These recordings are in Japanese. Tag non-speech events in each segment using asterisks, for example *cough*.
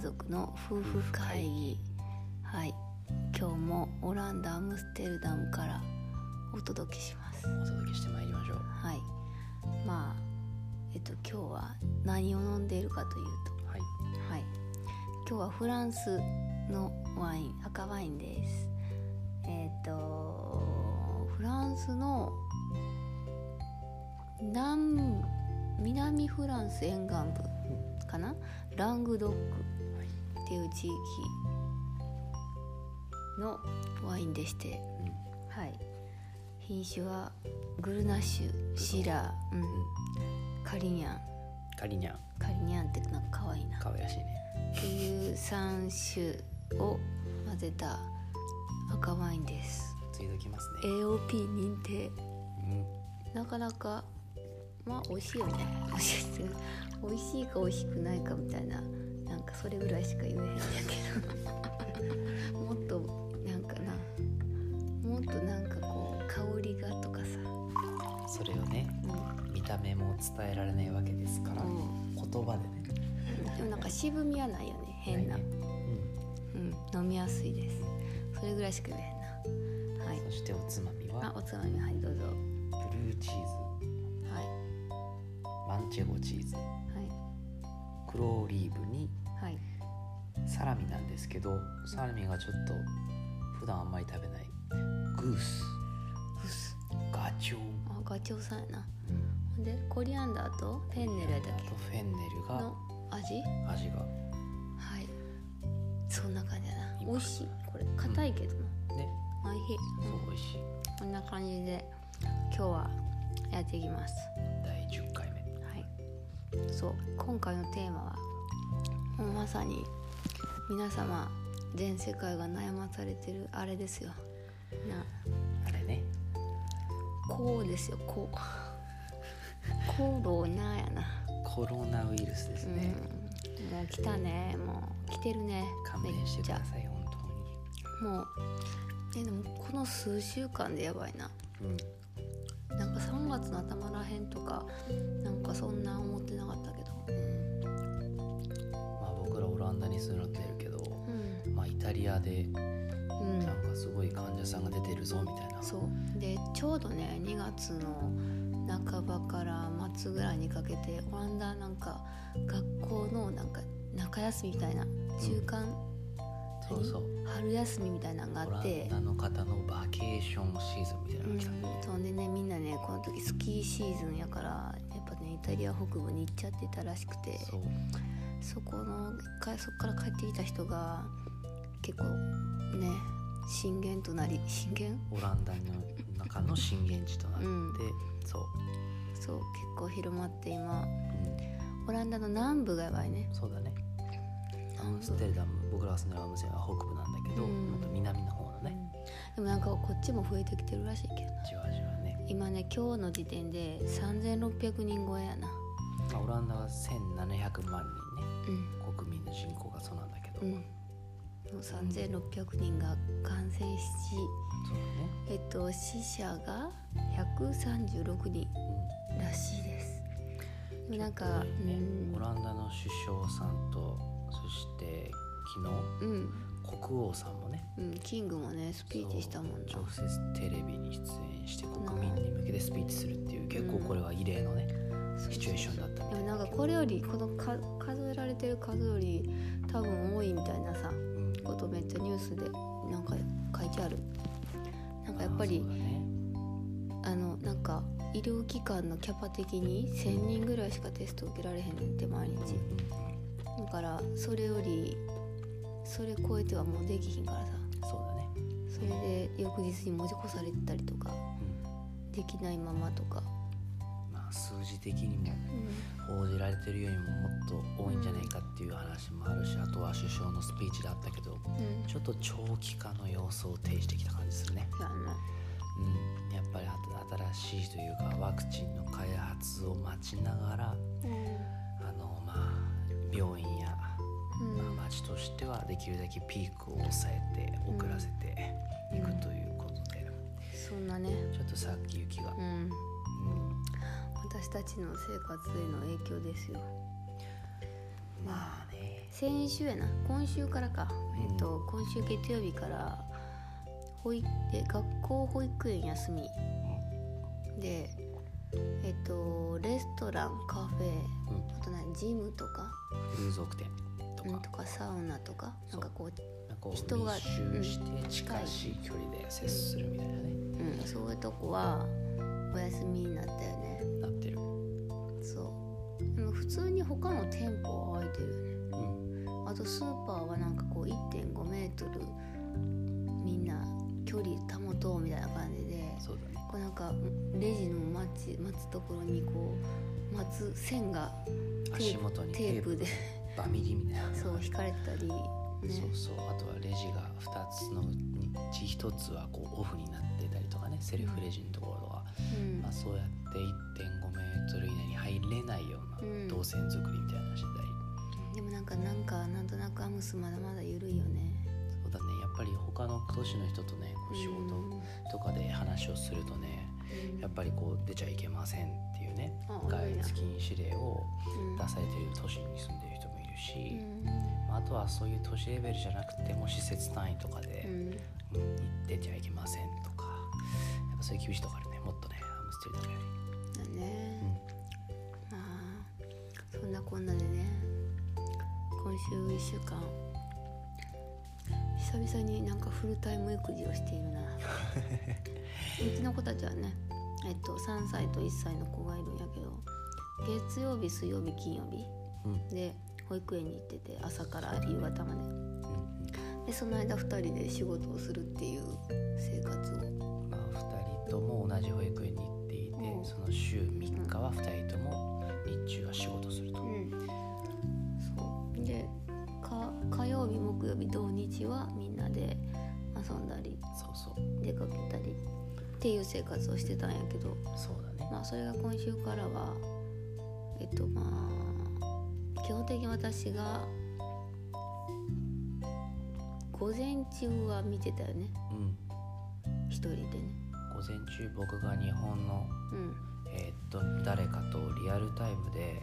族の夫婦会議はい今日もオランダアムステルダムからお届けしますお届けしてまいりましょうはいまあえっと今日は何を飲んでいるかというはいとはい今日はフランスのワイン赤ワインですえっとフランスの南南フランス沿岸部かなラングドックはいっていう地域のワインでして、うんはい、品種はグルナッシュシラー、うん、カリニャンカリニャンカリニャンってなんか可愛いな可愛らしいねっていう3種を混ぜた赤ワインですついときますね AOP 認定うんなかなかまあ美味しいよね *laughs* 美味しいですね美味しいか美味しくないかみたいななんかそれぐらいしか言えへんやけど *laughs* もっとなんかなもっとなんかこう香りがとかさ、それをね見た目も伝えられないわけですから、うん言葉でねでもなんか渋みはないよね変な、来年うん、飲みやすいですそれぐらいしか言えへんなはういん、そしておつまみあはおつまみはいどうぞブルーチーズはいマンチェゴチーズは黒オリーブにいはいサラミなんですけどサラミがちょっと普段あんまり食べないグースうっすガチョウあガチョウさんやなほんでコリアンダーとフェンネルやったっあけとフェンネルがの味味がはいそんな感じだな今美味しいこれ硬いけどな、ね美味しいそう美味しいこんな感じで今日はやっていきます第10回目はいそう今回のテーマはもうまさに皆様全世界が悩まされてるあれですよなあれねこうですよこうコロナやなコロナウイルスですね、うんもう来たねもう来てるね勘弁してくめっだちさい本ゃもうえでもこの数週間でやばいな当に、なんか3月の頭らへんとかなんかそんな思ってなかったけどまあ、僕らオランダに住んでるけど、うまあ、イタリアでん、うんなんかすごい患者さんが出てるぞみたいな、そうでちょうどね2月の半ばから末ぐらいにかけてオランダなんか学校のなんか中休みみたいな中間、そうそう春休みみたいなのがオあラってンダの方のバケーションシーズンみたいなのが来たね、うん、そんでねみんなねこの時スキーシーズンやからやっぱねイタリア北部に行っちゃってたらしくてそうそこのかそこから帰ってきた人が結構ね震源となり震源オランダの中の震源地となって、うんそう、そう結構広まって今うオランダの南部がやばいねん、そうだねア南ム部ステルダム僕らが住んでるアムステルダムは北部なんだけど、うんもっと南の方のねでもなんかこっちも増えてきてるらしいけどなじわじわね、今ね今日の時点で3600人超えやなまあ、オランダは1700万人ねうん国民の人口がそうなんだけど、うんもう3600人が感染しそうえっと死者がだね、う136人んらしいですでもなんか、ねうんオランダの首相さんとそして昨うん日国王さんもねうん、キングもねスピーチしたもんなそう直接テレビに出演して国民に向けてスピーチするっていう結構これは異例のね、そうシチュエーションだったみでたいもなんかこれよりこのか数えられてる数より多分多いみたいなさうんことめっちゃニュースでなんか書いてあるなんかやっぱりあーそうだねあのなんか医療機関のキャパ的に1,000人ぐらいしかテスト受けられへんねんって毎日だからそれよりそれ超えてはもうできひんからさうんそうだね、それで翌日に持ち越されてたりとかできないままとか、うんまあ数字的にも報じられてるよりももっと多いんじゃないかっていう話もあるしあとは首相のスピーチであったけどうんちょっと長期化の様相を呈してきた感じするねそうやなうん、やっぱり新しいというかワクチンの開発を待ちながらあの、まあ、病院や、うんまあ、町としてはできるだけピークを抑えてうん遅らせていくということで、そんなねちょっとさっき雪が、ううんん私たちの生活への影響ですよまあね先週やな今週からか、えっと今週月曜日から保育え学校保育園休みでえっとレストランカフェうんあと何ジムとか風俗店とかうんとかサウナとかなんかこうなんかこう人が密集して近い距離で接するみたいなね、うん、そういうとこはお休みになったよねなってる、そうでも普通に他の店舗は空いてるよねうん、あとスーパーはなんかこう1.5メートルみんな距離保とうみたいな感じでそうだねこうなんかレジの待ち待つところにこう待つ線がテ足ープ元にテープでバミリみたいな *laughs* そう引かれてたりねそうそうあとはレジが2つのうち1つはこうオフになってたりとかねセルフレジのところとか、うんまあ、そうやって1.5メートル以内に入れないよううんな動線作りみたいなのしてたり、でもなんかなんかなんとなくアムスまだまだ緩いよねそうだねやっぱり他の都市の人とねこう仕うん事とかで話をするとねうんやっぱりこう出ちゃいけませんっていうねあ外多いな出禁止令をうん出されてる都市に住んでる人もいるし、うまああとはそういう都市レベルじゃなくても施設単位とかで、んうんうん出ちゃいけませんとかやっぱそういう厳しいとこあるねもっとねハムステルダムよりだね、まあそんなこんなでね今週1週間久々になんかフルタイム育児をしてい *laughs* るなうちの子たちはねえっと3歳と1歳の子がいるんやけど月曜日水曜日金曜うんうん日で保育園に行ってて朝から夕方までうんでその間2人で仕事をするっていう生活をまあ、2人とも同じ保育園に行っていて、うんその週3日は2人とも日中は仕事すると、そうでか火曜日木曜日土日はみんなで遊んだりそうそう出かけたりっていう生活をしてたんやけどそうだねまあそれが今週からはえっとまあ基本的に私が午前中は見てたよねうん一人でね午前中僕が日本のうんえーっと誰かとリアルタイムで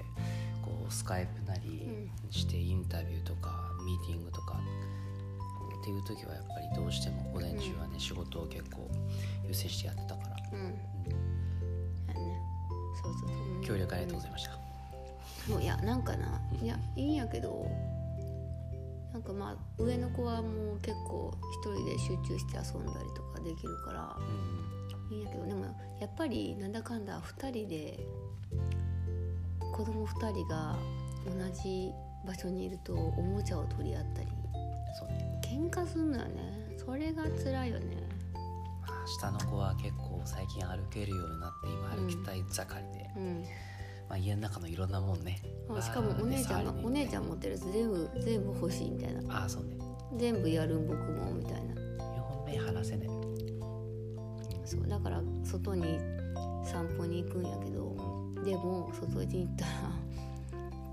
こうスカイプなりしてインタビューとかミーティングとかっていう時はやっぱりどうしても午前中はね仕事を結構優先してやってたから、うんうんやねそうそうそう協力ありがとうございました、もういやなんかないやいいんやけどなんかまあ上の子はもう結構一人で集中して遊んだりとかできるからうんいいんやけどでもやっぱりなんだかんだ2人で子供2人が同じ場所にいるとおもちゃを取り合ったりそうね、喧嘩すんのよねそれが辛いよねまあ、下の子は結構最近歩けるようになって今歩きたい盛りで、うんまあ、家の中のいろんなもんねあしかもお姉ちゃんがお姉ちゃん持ってるやつ全部全部欲しいみたいなあーそうね全部やるん僕もみたいな4本目離せない、うんそうだから外に散歩に行くんやけどでも外に行ったら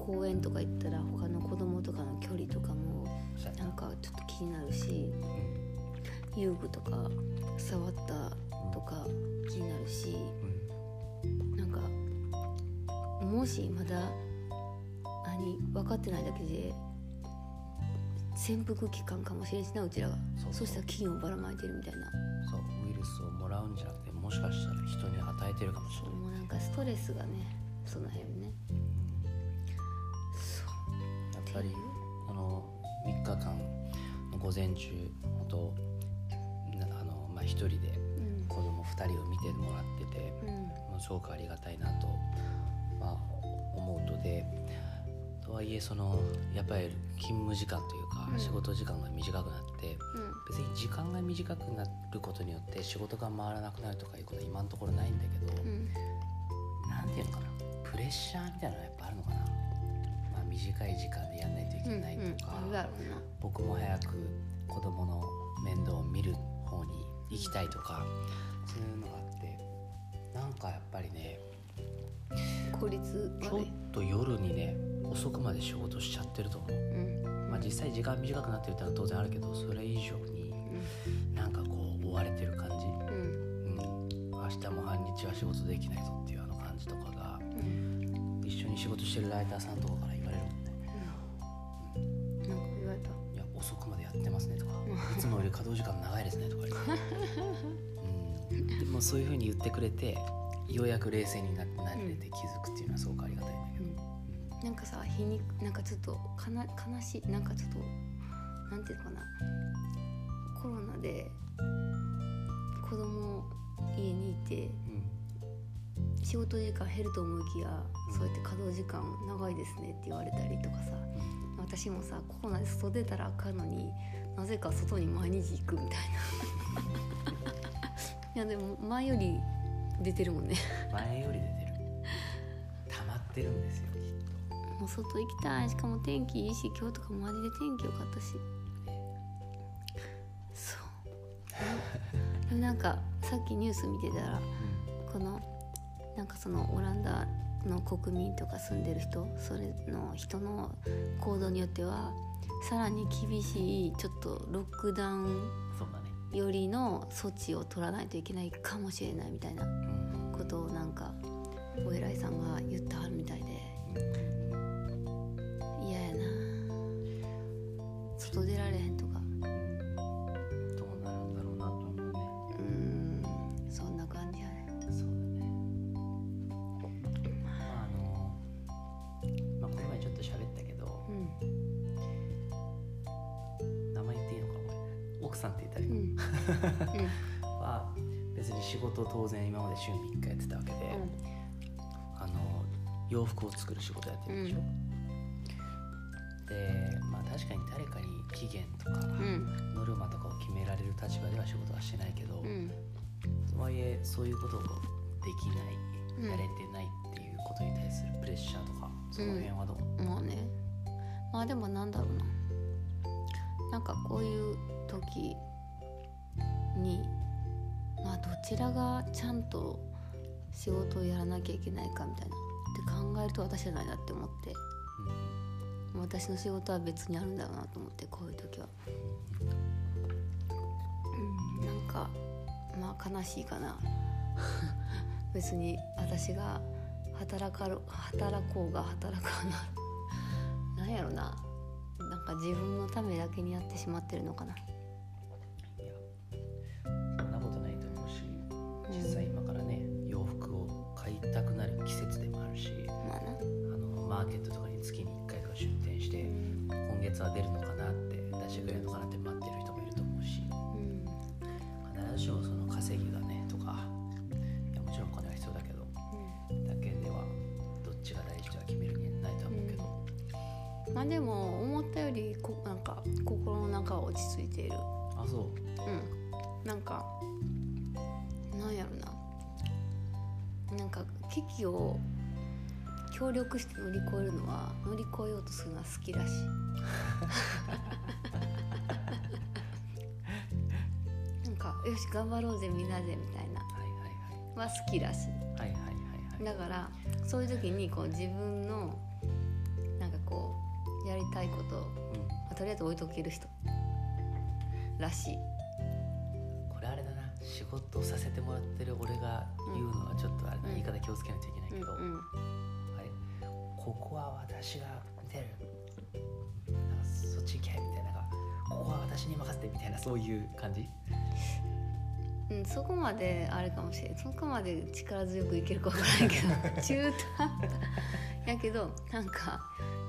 公園とか行ったら他の子供とかの距離とかもそうやななんかちょっと気になるしうん遊具とか触ったとか気になるしうんなんかもしまだ何分かってないだけで潜伏期間かもしれんしなうちらがそうそしたら菌をばらまいてるみたいなそうウイルスをもらうんじゃなくてもしかしたら人に与えてるかもしれそうない、もうなんかストレスがねその辺ねうんそうやっぱりこの3日間の午前中ほんとなあの、まあ、1人でうん子供2人を見てもらっててうんものすごくありがたいなと、まあ、思うとでとはいえそのやっぱり勤務時間というかうん仕事時間が短くなって、うん別に時間が短くなることによって仕事が回らなくなるとかいうことは今のところないんだけど、うんなんていうのかなプレッシャーみたいなのがやっぱあるのかな、まあ、短い時間でやんないといけないとか、うんうん、あるあるな僕も早く子供の面倒を見る方に行きたいとかそういうのがあってなんかやっぱりね効率ち悪ょい、っと夜にね遅くまで仕事しちゃってると思う、うんまあ、実際時間短くなってるってのは当然あるけどそれ以上になんかこう追われてる感じ、うんううん、ん明日も半日は仕事できないぞっていうあの感じとかが一緒に仕事してるライターさんとかから言われるもんねうってますね」 *laughs* とか「いつもより稼働時間長いですね」とか言って、うん、でもそういうふうに言ってくれてようやく冷静になって慣れて気づくっていうのはすごくありがたいんだけど、うんなんかさ皮肉なんかちょっとかな悲しいなんかちょっとなんていうのかなコロナで子供家にいうてん仕事時間減ると思いきや、そうやって稼働時間長いですねって言われたりとかさうん私もさコロナで外出たらあかんのになぜか外に毎日行くみたいないやでも前より出てるもんね *laughs* 前より出てる溜まってるんですよきっもう外行きたいしかも天気いいし今日とかマジで天気良かったしそうでもなんかさっきニュース見てたらと、このなんかそのオランダの国民とか住んでる人それの人の行動によってはさらに厳しいちょっとロックダウンそうだねよりの措置を取らないといけないかもしれないみたいなうんことをなんかお偉いさんが言ってはるみたいで嫌やな外出られへんとかどうなるんだろうなと思うねうーんそんな感じやねそうだねまああのまあこの前ちょっと喋ったけどうん名前言っていいのかなこれ奥さんって言ったらいいのうんうんは別に仕事を当然今まで週に1回やってたわけで、あの洋服を作る仕事やってるでしょ、うでまあ確かに誰かに期限とか、うんノルマとかを決められる立場では仕事はしてないけど、うんとはいえそういうことをできなうんいやれてないっていうことに対するプレッシャーとかその辺はどう、まあねまあでもなんだろうななんかこういう時にまあどちらがちゃんと仕事をやらなきゃいけないかみたいなって考えると私じゃないなって思って私の仕事は別にあるんだろうなと思ってこういう時はうんなんかまあ悲しいかな *laughs* 別に私が働かろ働こうが働かななんやろななんか自分のためだけにやってしまってるのかなうんいやそんなことないと思うし実際今からね洋服を買いたくなる季節でもあるしまあなあのマーケットとかに月に1回とか出店してうん今月は出るのかなって出してくれるのかなって待ってる人もいると思うしうん必ずしもその稼ぎがねとかいやもちろんお金は必要だけどだけではどっちが大事とは決めるにないとは思うけど、まあでも思ったよりこなんか心の中は落ち着いているあそううんなんかなんやろななんか危機を協力して乗り越えるのは乗り越えようとするのは好きらしいなんかよし頑張ろうぜみんなぜみたいなはいはいは好きらしはいはいはいはいいはいだからそういう時にこう自分のなんかこうやりたいことをまあとりあえず置いとける人らしいうん、これあれだな仕事をさせてもらってる俺が言うのはちょっとあれだ、うん言い方気をつけないといけないけど、うんうんあれここは私が出るなんかそっち行けみたいななんかここは私に任せてみたいなそういう感じうん、そこまであれかもしれないそこまで力強くいけるかわからないけど中途半端やけどなんか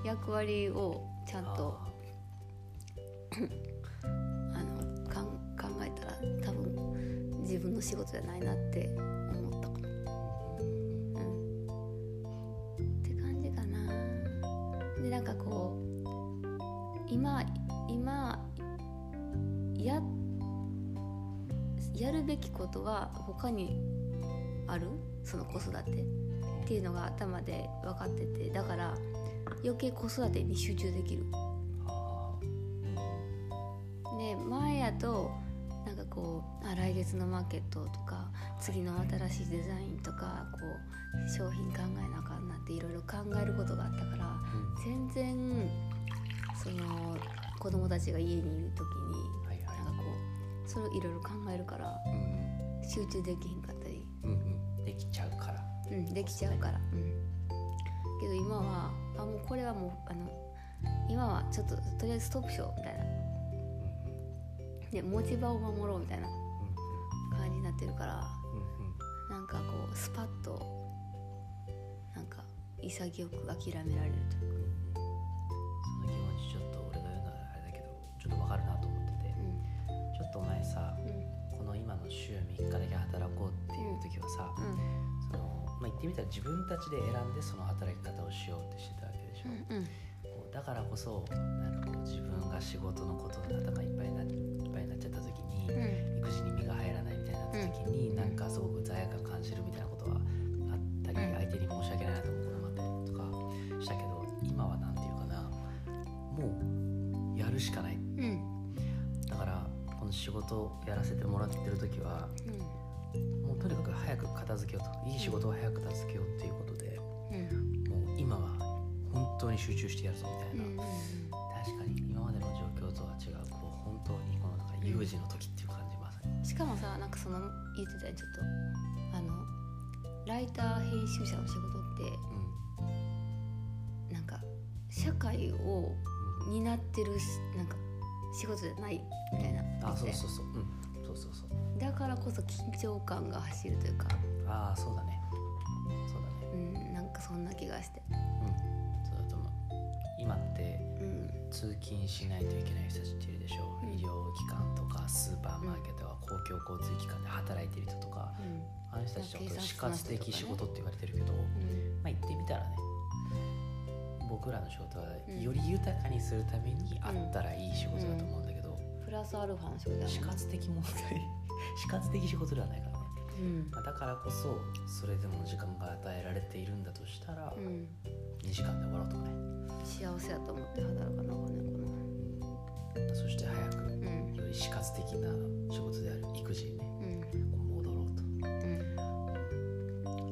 役割をちゃんとああのかん考えたら多分自分の仕事じゃないなって思ったかも、うん、って感じかなでなんかこう今今ややるべきことは他にあるその子育てっていうのが頭で分かっててだから余計子育てに集中できるーあーうんで前やとなんかこうあ来月のマーケットとか次の新しいデザインとかこう商品考えなあかんなっていろいろ考えることがあったからうん全然その子供たちが家にいる時にはいはいなんかこうそれをいろいろ考えるからうん集中できひんかったり、うんうんできちゃうからうん、できちゃうから、うん、けど今はあもうこれはもうあの今はちょっととりあえずストップしようみたいなうんね、持ち場を守ろうみたいなう感じになってるからんうんうんなんかこうスパッとなんか潔く諦められるというか、その気持ちちょっと俺が言うのはあれだけどちょっとわかるなと思っててちょっとお前さうんうんこの今の週3日だけ働こうっていう時はさ、そのまあ、言ってみたら自分たちで選んでその働き方をしようってしてたわけでしょ、うんうんこうだからこそなんかこう自分が仕事のことで頭いっぱいになっいっぱいになっちゃった時に、うん育児に身が入らないみたいになった時に、うんなんかすごく罪悪感感じるみたいなことはあったり、うん相手に申し訳ないなと思うこともあったりとかしたけど今はなんていうかなもうやるしかないうんうんだからこの仕事をやらせてもらってる時はもうとにかく早く片付けようといい仕事を早く片付けようっていうことでうんもう今は本当に集中してやるぞみたいな。うん確かに今までの状況とは違うこう本当にこのなんか有事の時っていう感じまさに、しかもさなんかその言ってたよちょっとあのライター編集者の仕事っうんてなんか社会をうん担ってるしなんか仕事じゃないみたいなあそうそうそううんそうそうそうだからこそ緊張感が走るというかああそうだねそうだねうんなんかそんな気がしてうんそうだと思う今ってうん通勤しないといけない人たちっているでしょ、ううん医療機関とかスーパーマーケットは公共交通機関で働いてる人とかうんあの人たちのことを警死察の活人とかね的仕事って言われてるけど、まうあ言んってみたらね僕らの仕事はうんより豊かにするためにあったらいい仕事だと思うんだけど、プラスアルファの仕事だもん死活的問題 *laughs* 死活的仕事ではないからね、うんまあ、だからこそそれでも時間が与えられているんだとしたら、うん2時間で終わろうとかね、幸せだと思って働かなあかんねんかそして早くよなうんり死活的な仕事である育児にねうん戻ろうとうん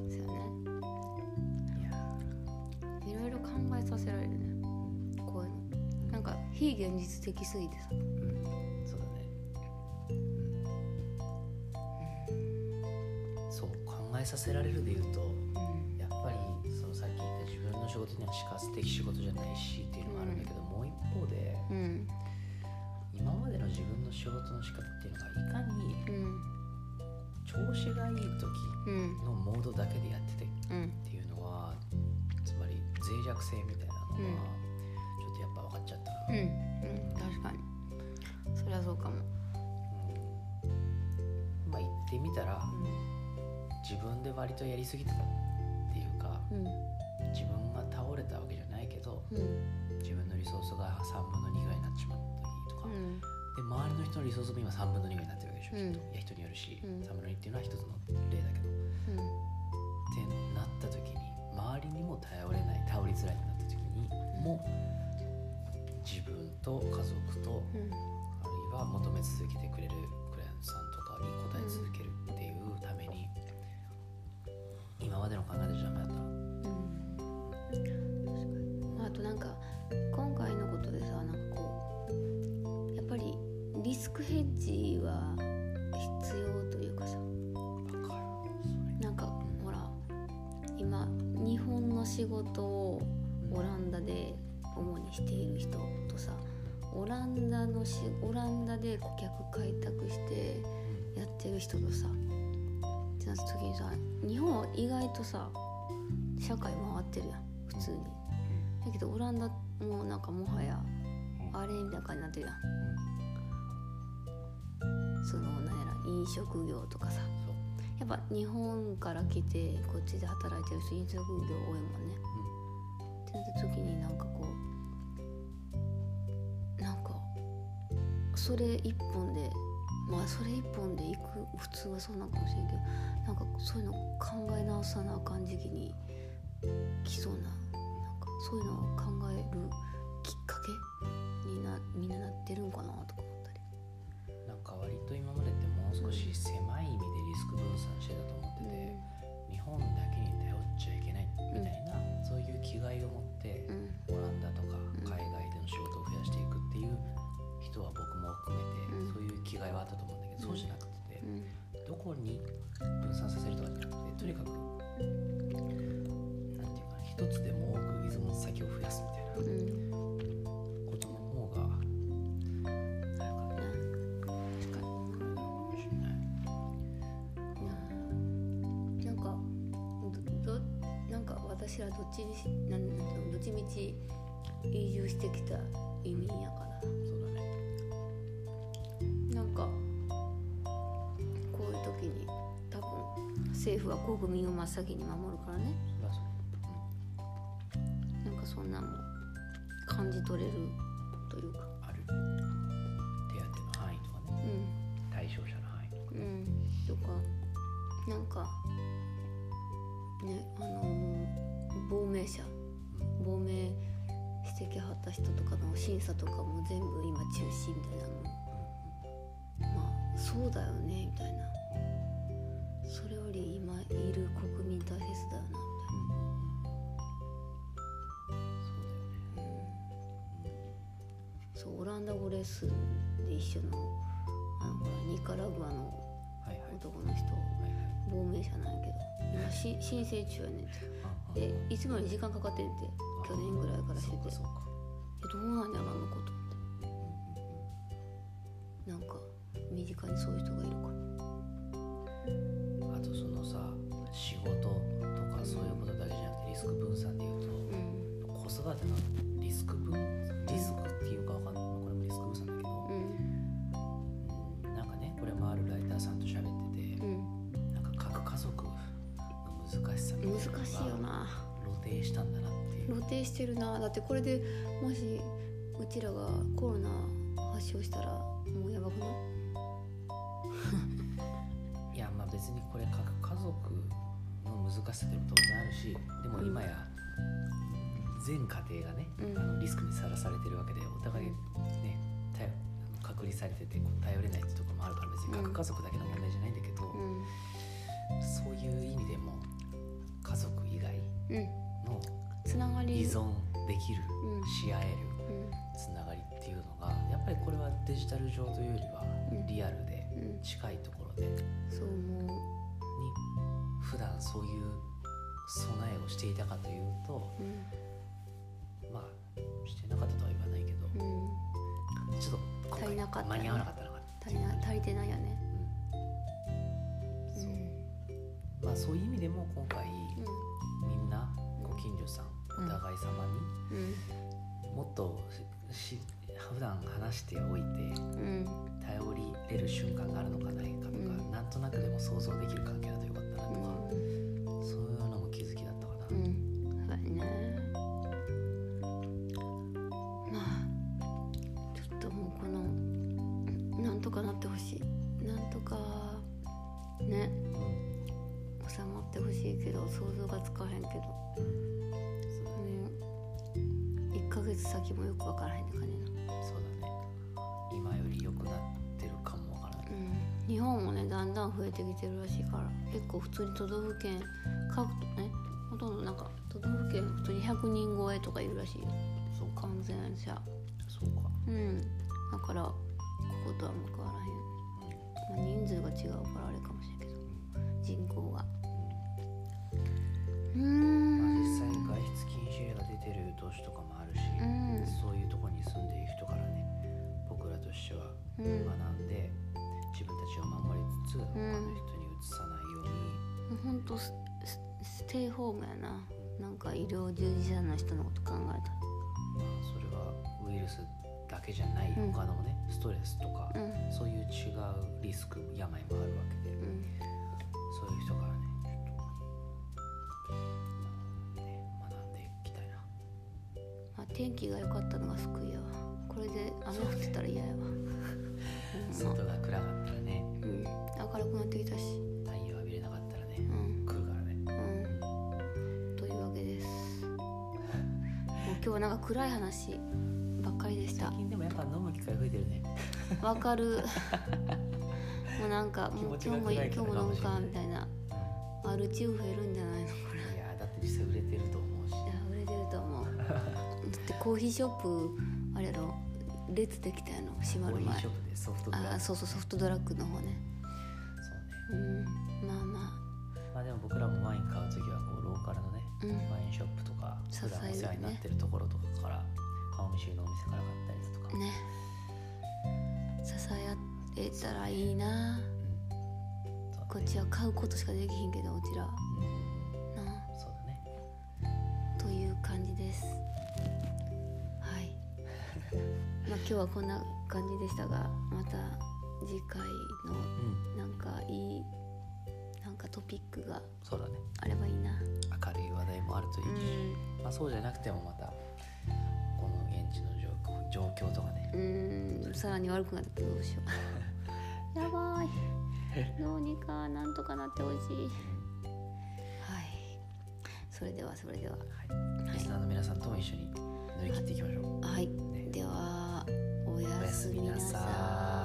そうよねいろいろ考えさせられるねこういうのなんか非現実的すぎてさうんそうだね、うん、そう考えさせられるで言うとうんやっぱりそのさっき言った自分の仕事には死活的仕事じゃないしっていうのもあるんだけど、もう一方でうん今までの自分の仕事の仕方っていうのがいかにうん調子がいい時うんのモードだけでやっててっうんていうのはつまり脆弱性みたいなのが、うんちょっとやっぱ分かっちゃったな、うんうん確かにそりゃそうかもうんまあ言ってみたらう自分で割とやりすぎてたっていうかん自分が倒れたわけじゃないけどうんうん自分のリソースが3分の2ぐらいになってしまったりとか、で周りの人のリソースも今3分の2ぐらいになってるわけでしょ、うんきっといや人によるし、うん3分の2っていうのは一つの例だけどってなった時に周りにも頼れない頼りづらいってなった時にも自分と家族とうんうあるんいは求め続けてくれるクライアントさんとかに応え続けるっていうために今までの考えで邪魔やったうんまああとなんか今回のことでさなんかこうやっぱりリスクヘッジは必要というかさわかなんかほら今日本の仕事をるオランダで主にしている人とさオランダのしオランダで顧客開拓してやってる人とさってなった時にさ日本は意外とさ社会回ってるやん普通に。だけどオランダもなんかもはやあれみたいな感じになってるやんそのなんやら飲食業とかさそうやっぱ日本から来てこっちで働いてる人飲食業多いもんねってなった時になんかこうなんかそれ一本でまあそれ一本で行く普通はそうなんかもしれんけどなんかそういうの考え直さなあかん時期に来そうななんかそういうのを考えるきっかけになみんななってるんかなとか思ったり。うんなんか割と今までってもう少し狭い意味でリスク分散してたと思ってて日本だけに頼っちゃいけないみたいなそういう気概を持ってうんうんオランダとかうん海外での仕事を増やしていくっていう人は僕も含めうんてそういう気概はあったと思うんだけど、うそんうじゃなくてうんどこに分散させるとかじゃなくてとにかくなんていうかな一つでも多く依存先を増やすみたいなうんことの方がなんかねかしらどっちにしなんなんていうのどっちみち移住してきた移民やからそうだねなんかこういう時に多分政府は国民を真っ先に守るからねそりゃそうなんかそんなの感じ取れるというかある手当の範囲とかねう対象者の範囲とかんうんとかなんかねあの亡命者亡命してきはった人とかの審査とかも全部今中止みたいなのまあそうだよねみたいなそれより今いる国民大切だよなそうだよねみたいな、そうオランダ語レッスンで一緒のあのほらニカラグアのはいはい男の人はいはい亡命者なんやけど今し申請中やねんてああでいつもより時間かかってんて去年ぐらいからしてそうかてそうかえどうなんやろあのことってなんか身近にそういう人がいるからあとそのさ仕事とかそういうことだけじゃなくてリスク分散でいうとうん子育てのリスク分リスクっていうかわかんないこれもリスク分散だけどう、んうんなんかねこれもあるライターさんと喋ってて、うんなんか各家族の難しさみたいなの難がしいよな露呈したんだなっていう露呈してるなだってこれでもしうちらがコロナ発症したらもうやばくないいやまあ別にこれ各家族の難しさっていうのも当然あるしでも今や全家庭がね、うんあのリスクにさらされてるわけでお互いね頼あの隔離されててこう頼れないってところもあるから別にう各ん家族だけの問題じゃないんだけど、うんそういう意味でも家族以外うんのつながり依存できる、うんし合えるうんつながりっていうのがやっぱりこれはデジタル上というよりはうんリアルでうん近いところでにそう思普段そういう備えをしていたかというとううんまあしてなかったとは言わないけどうんちょっと今足り回なかったね間に合わなかったのかな、足りな足りてないよねうんうそうんまあ、そういう意味でも今回みんなご近所さんうんお互い様にうんもっとしし普段話しておいてうん頼り得る瞬間があるのかないかとか、うんなんとなくでも想像できる関係だとよかったなとか、そういうのも気づきだったかな、うんうんそうやねまあちょっともうこのなんとかなってほしいなんとかねうん収まってほしいけど想像がつかへんけどもう1ヶ月先もよくわからへんって感じな、そうだね今より良くなってるかもわからない、うん、日本もねだんだん増えてきてるらしいから結構普通に都道府県各都ねほとんどなんか都道府県普通に100人超えとかいるらしいよそうか完全者そうか、うんだからこことはもう変わらへんうんまあ、人数が違うからあれかもしれんけど人口がうーまあ、ん実際外出禁止令が出てる年とかもあるし、うんそういうとこに住んでいる人からね僕らとしてはう学んんで自分たちを守りつつ、他の人にうつさないようにもうほんとススステイホームやななんか医療従事者の人のこと考まあ、えそれはウイルスだけじゃないうん他のね、ストレスとか、たうんそういう違うリスク病もあるわけで、そういう人からねちょっと、まあね、学んでいきたいなまあ、天気が良かったのが救いやわこれで雨降ってたら嫌やわ外が暗かったらねうん、うん、明るくなってきたし太陽浴びれなかったらねうん来るからねうんというわけですもう今日はなんか暗い話ばっかりでした最近でもやっぱ飲む機会増えてるねわか *laughs* るもうなんかもう気持ちが今日もいい暗い今日からも飲むかもしかれないみたいなうんアルチウ増えるんじゃないのいやだって実際売れてると思うしいや売れてると思うだってコーヒーショップあれやろ列できたやろ閉まコるーヒー前ショップでソフトグあラあスそうそうソフトドラッグの方ねそうねうんまあままあでも僕らもワイン買う時はこうローカルのねあうんワインショップとか支普えるね段お世話になってるところとかから顔見知りのお店から買ったりだとか、ね支え合えたらいいなそうだねこっちは買うことしかできひんけどうちらはうんなあそうだねですはい *laughs* まあ今日はこんな感じでしたがまた次回のうんなんかいいなんかトピックがそうだねあればいいな明るい話題もあるといいし、うまあ、そうじゃなくてもまたこの現地の状況状況とかねんうーんさらに悪くなってどうしよ *laughs* うやばいどうにかなんとかなってほしいはいそれではそれでははいリスナーの皆さんとも一緒に乗り切っていきましょ、はいうね、ではおやおやすすみみななささい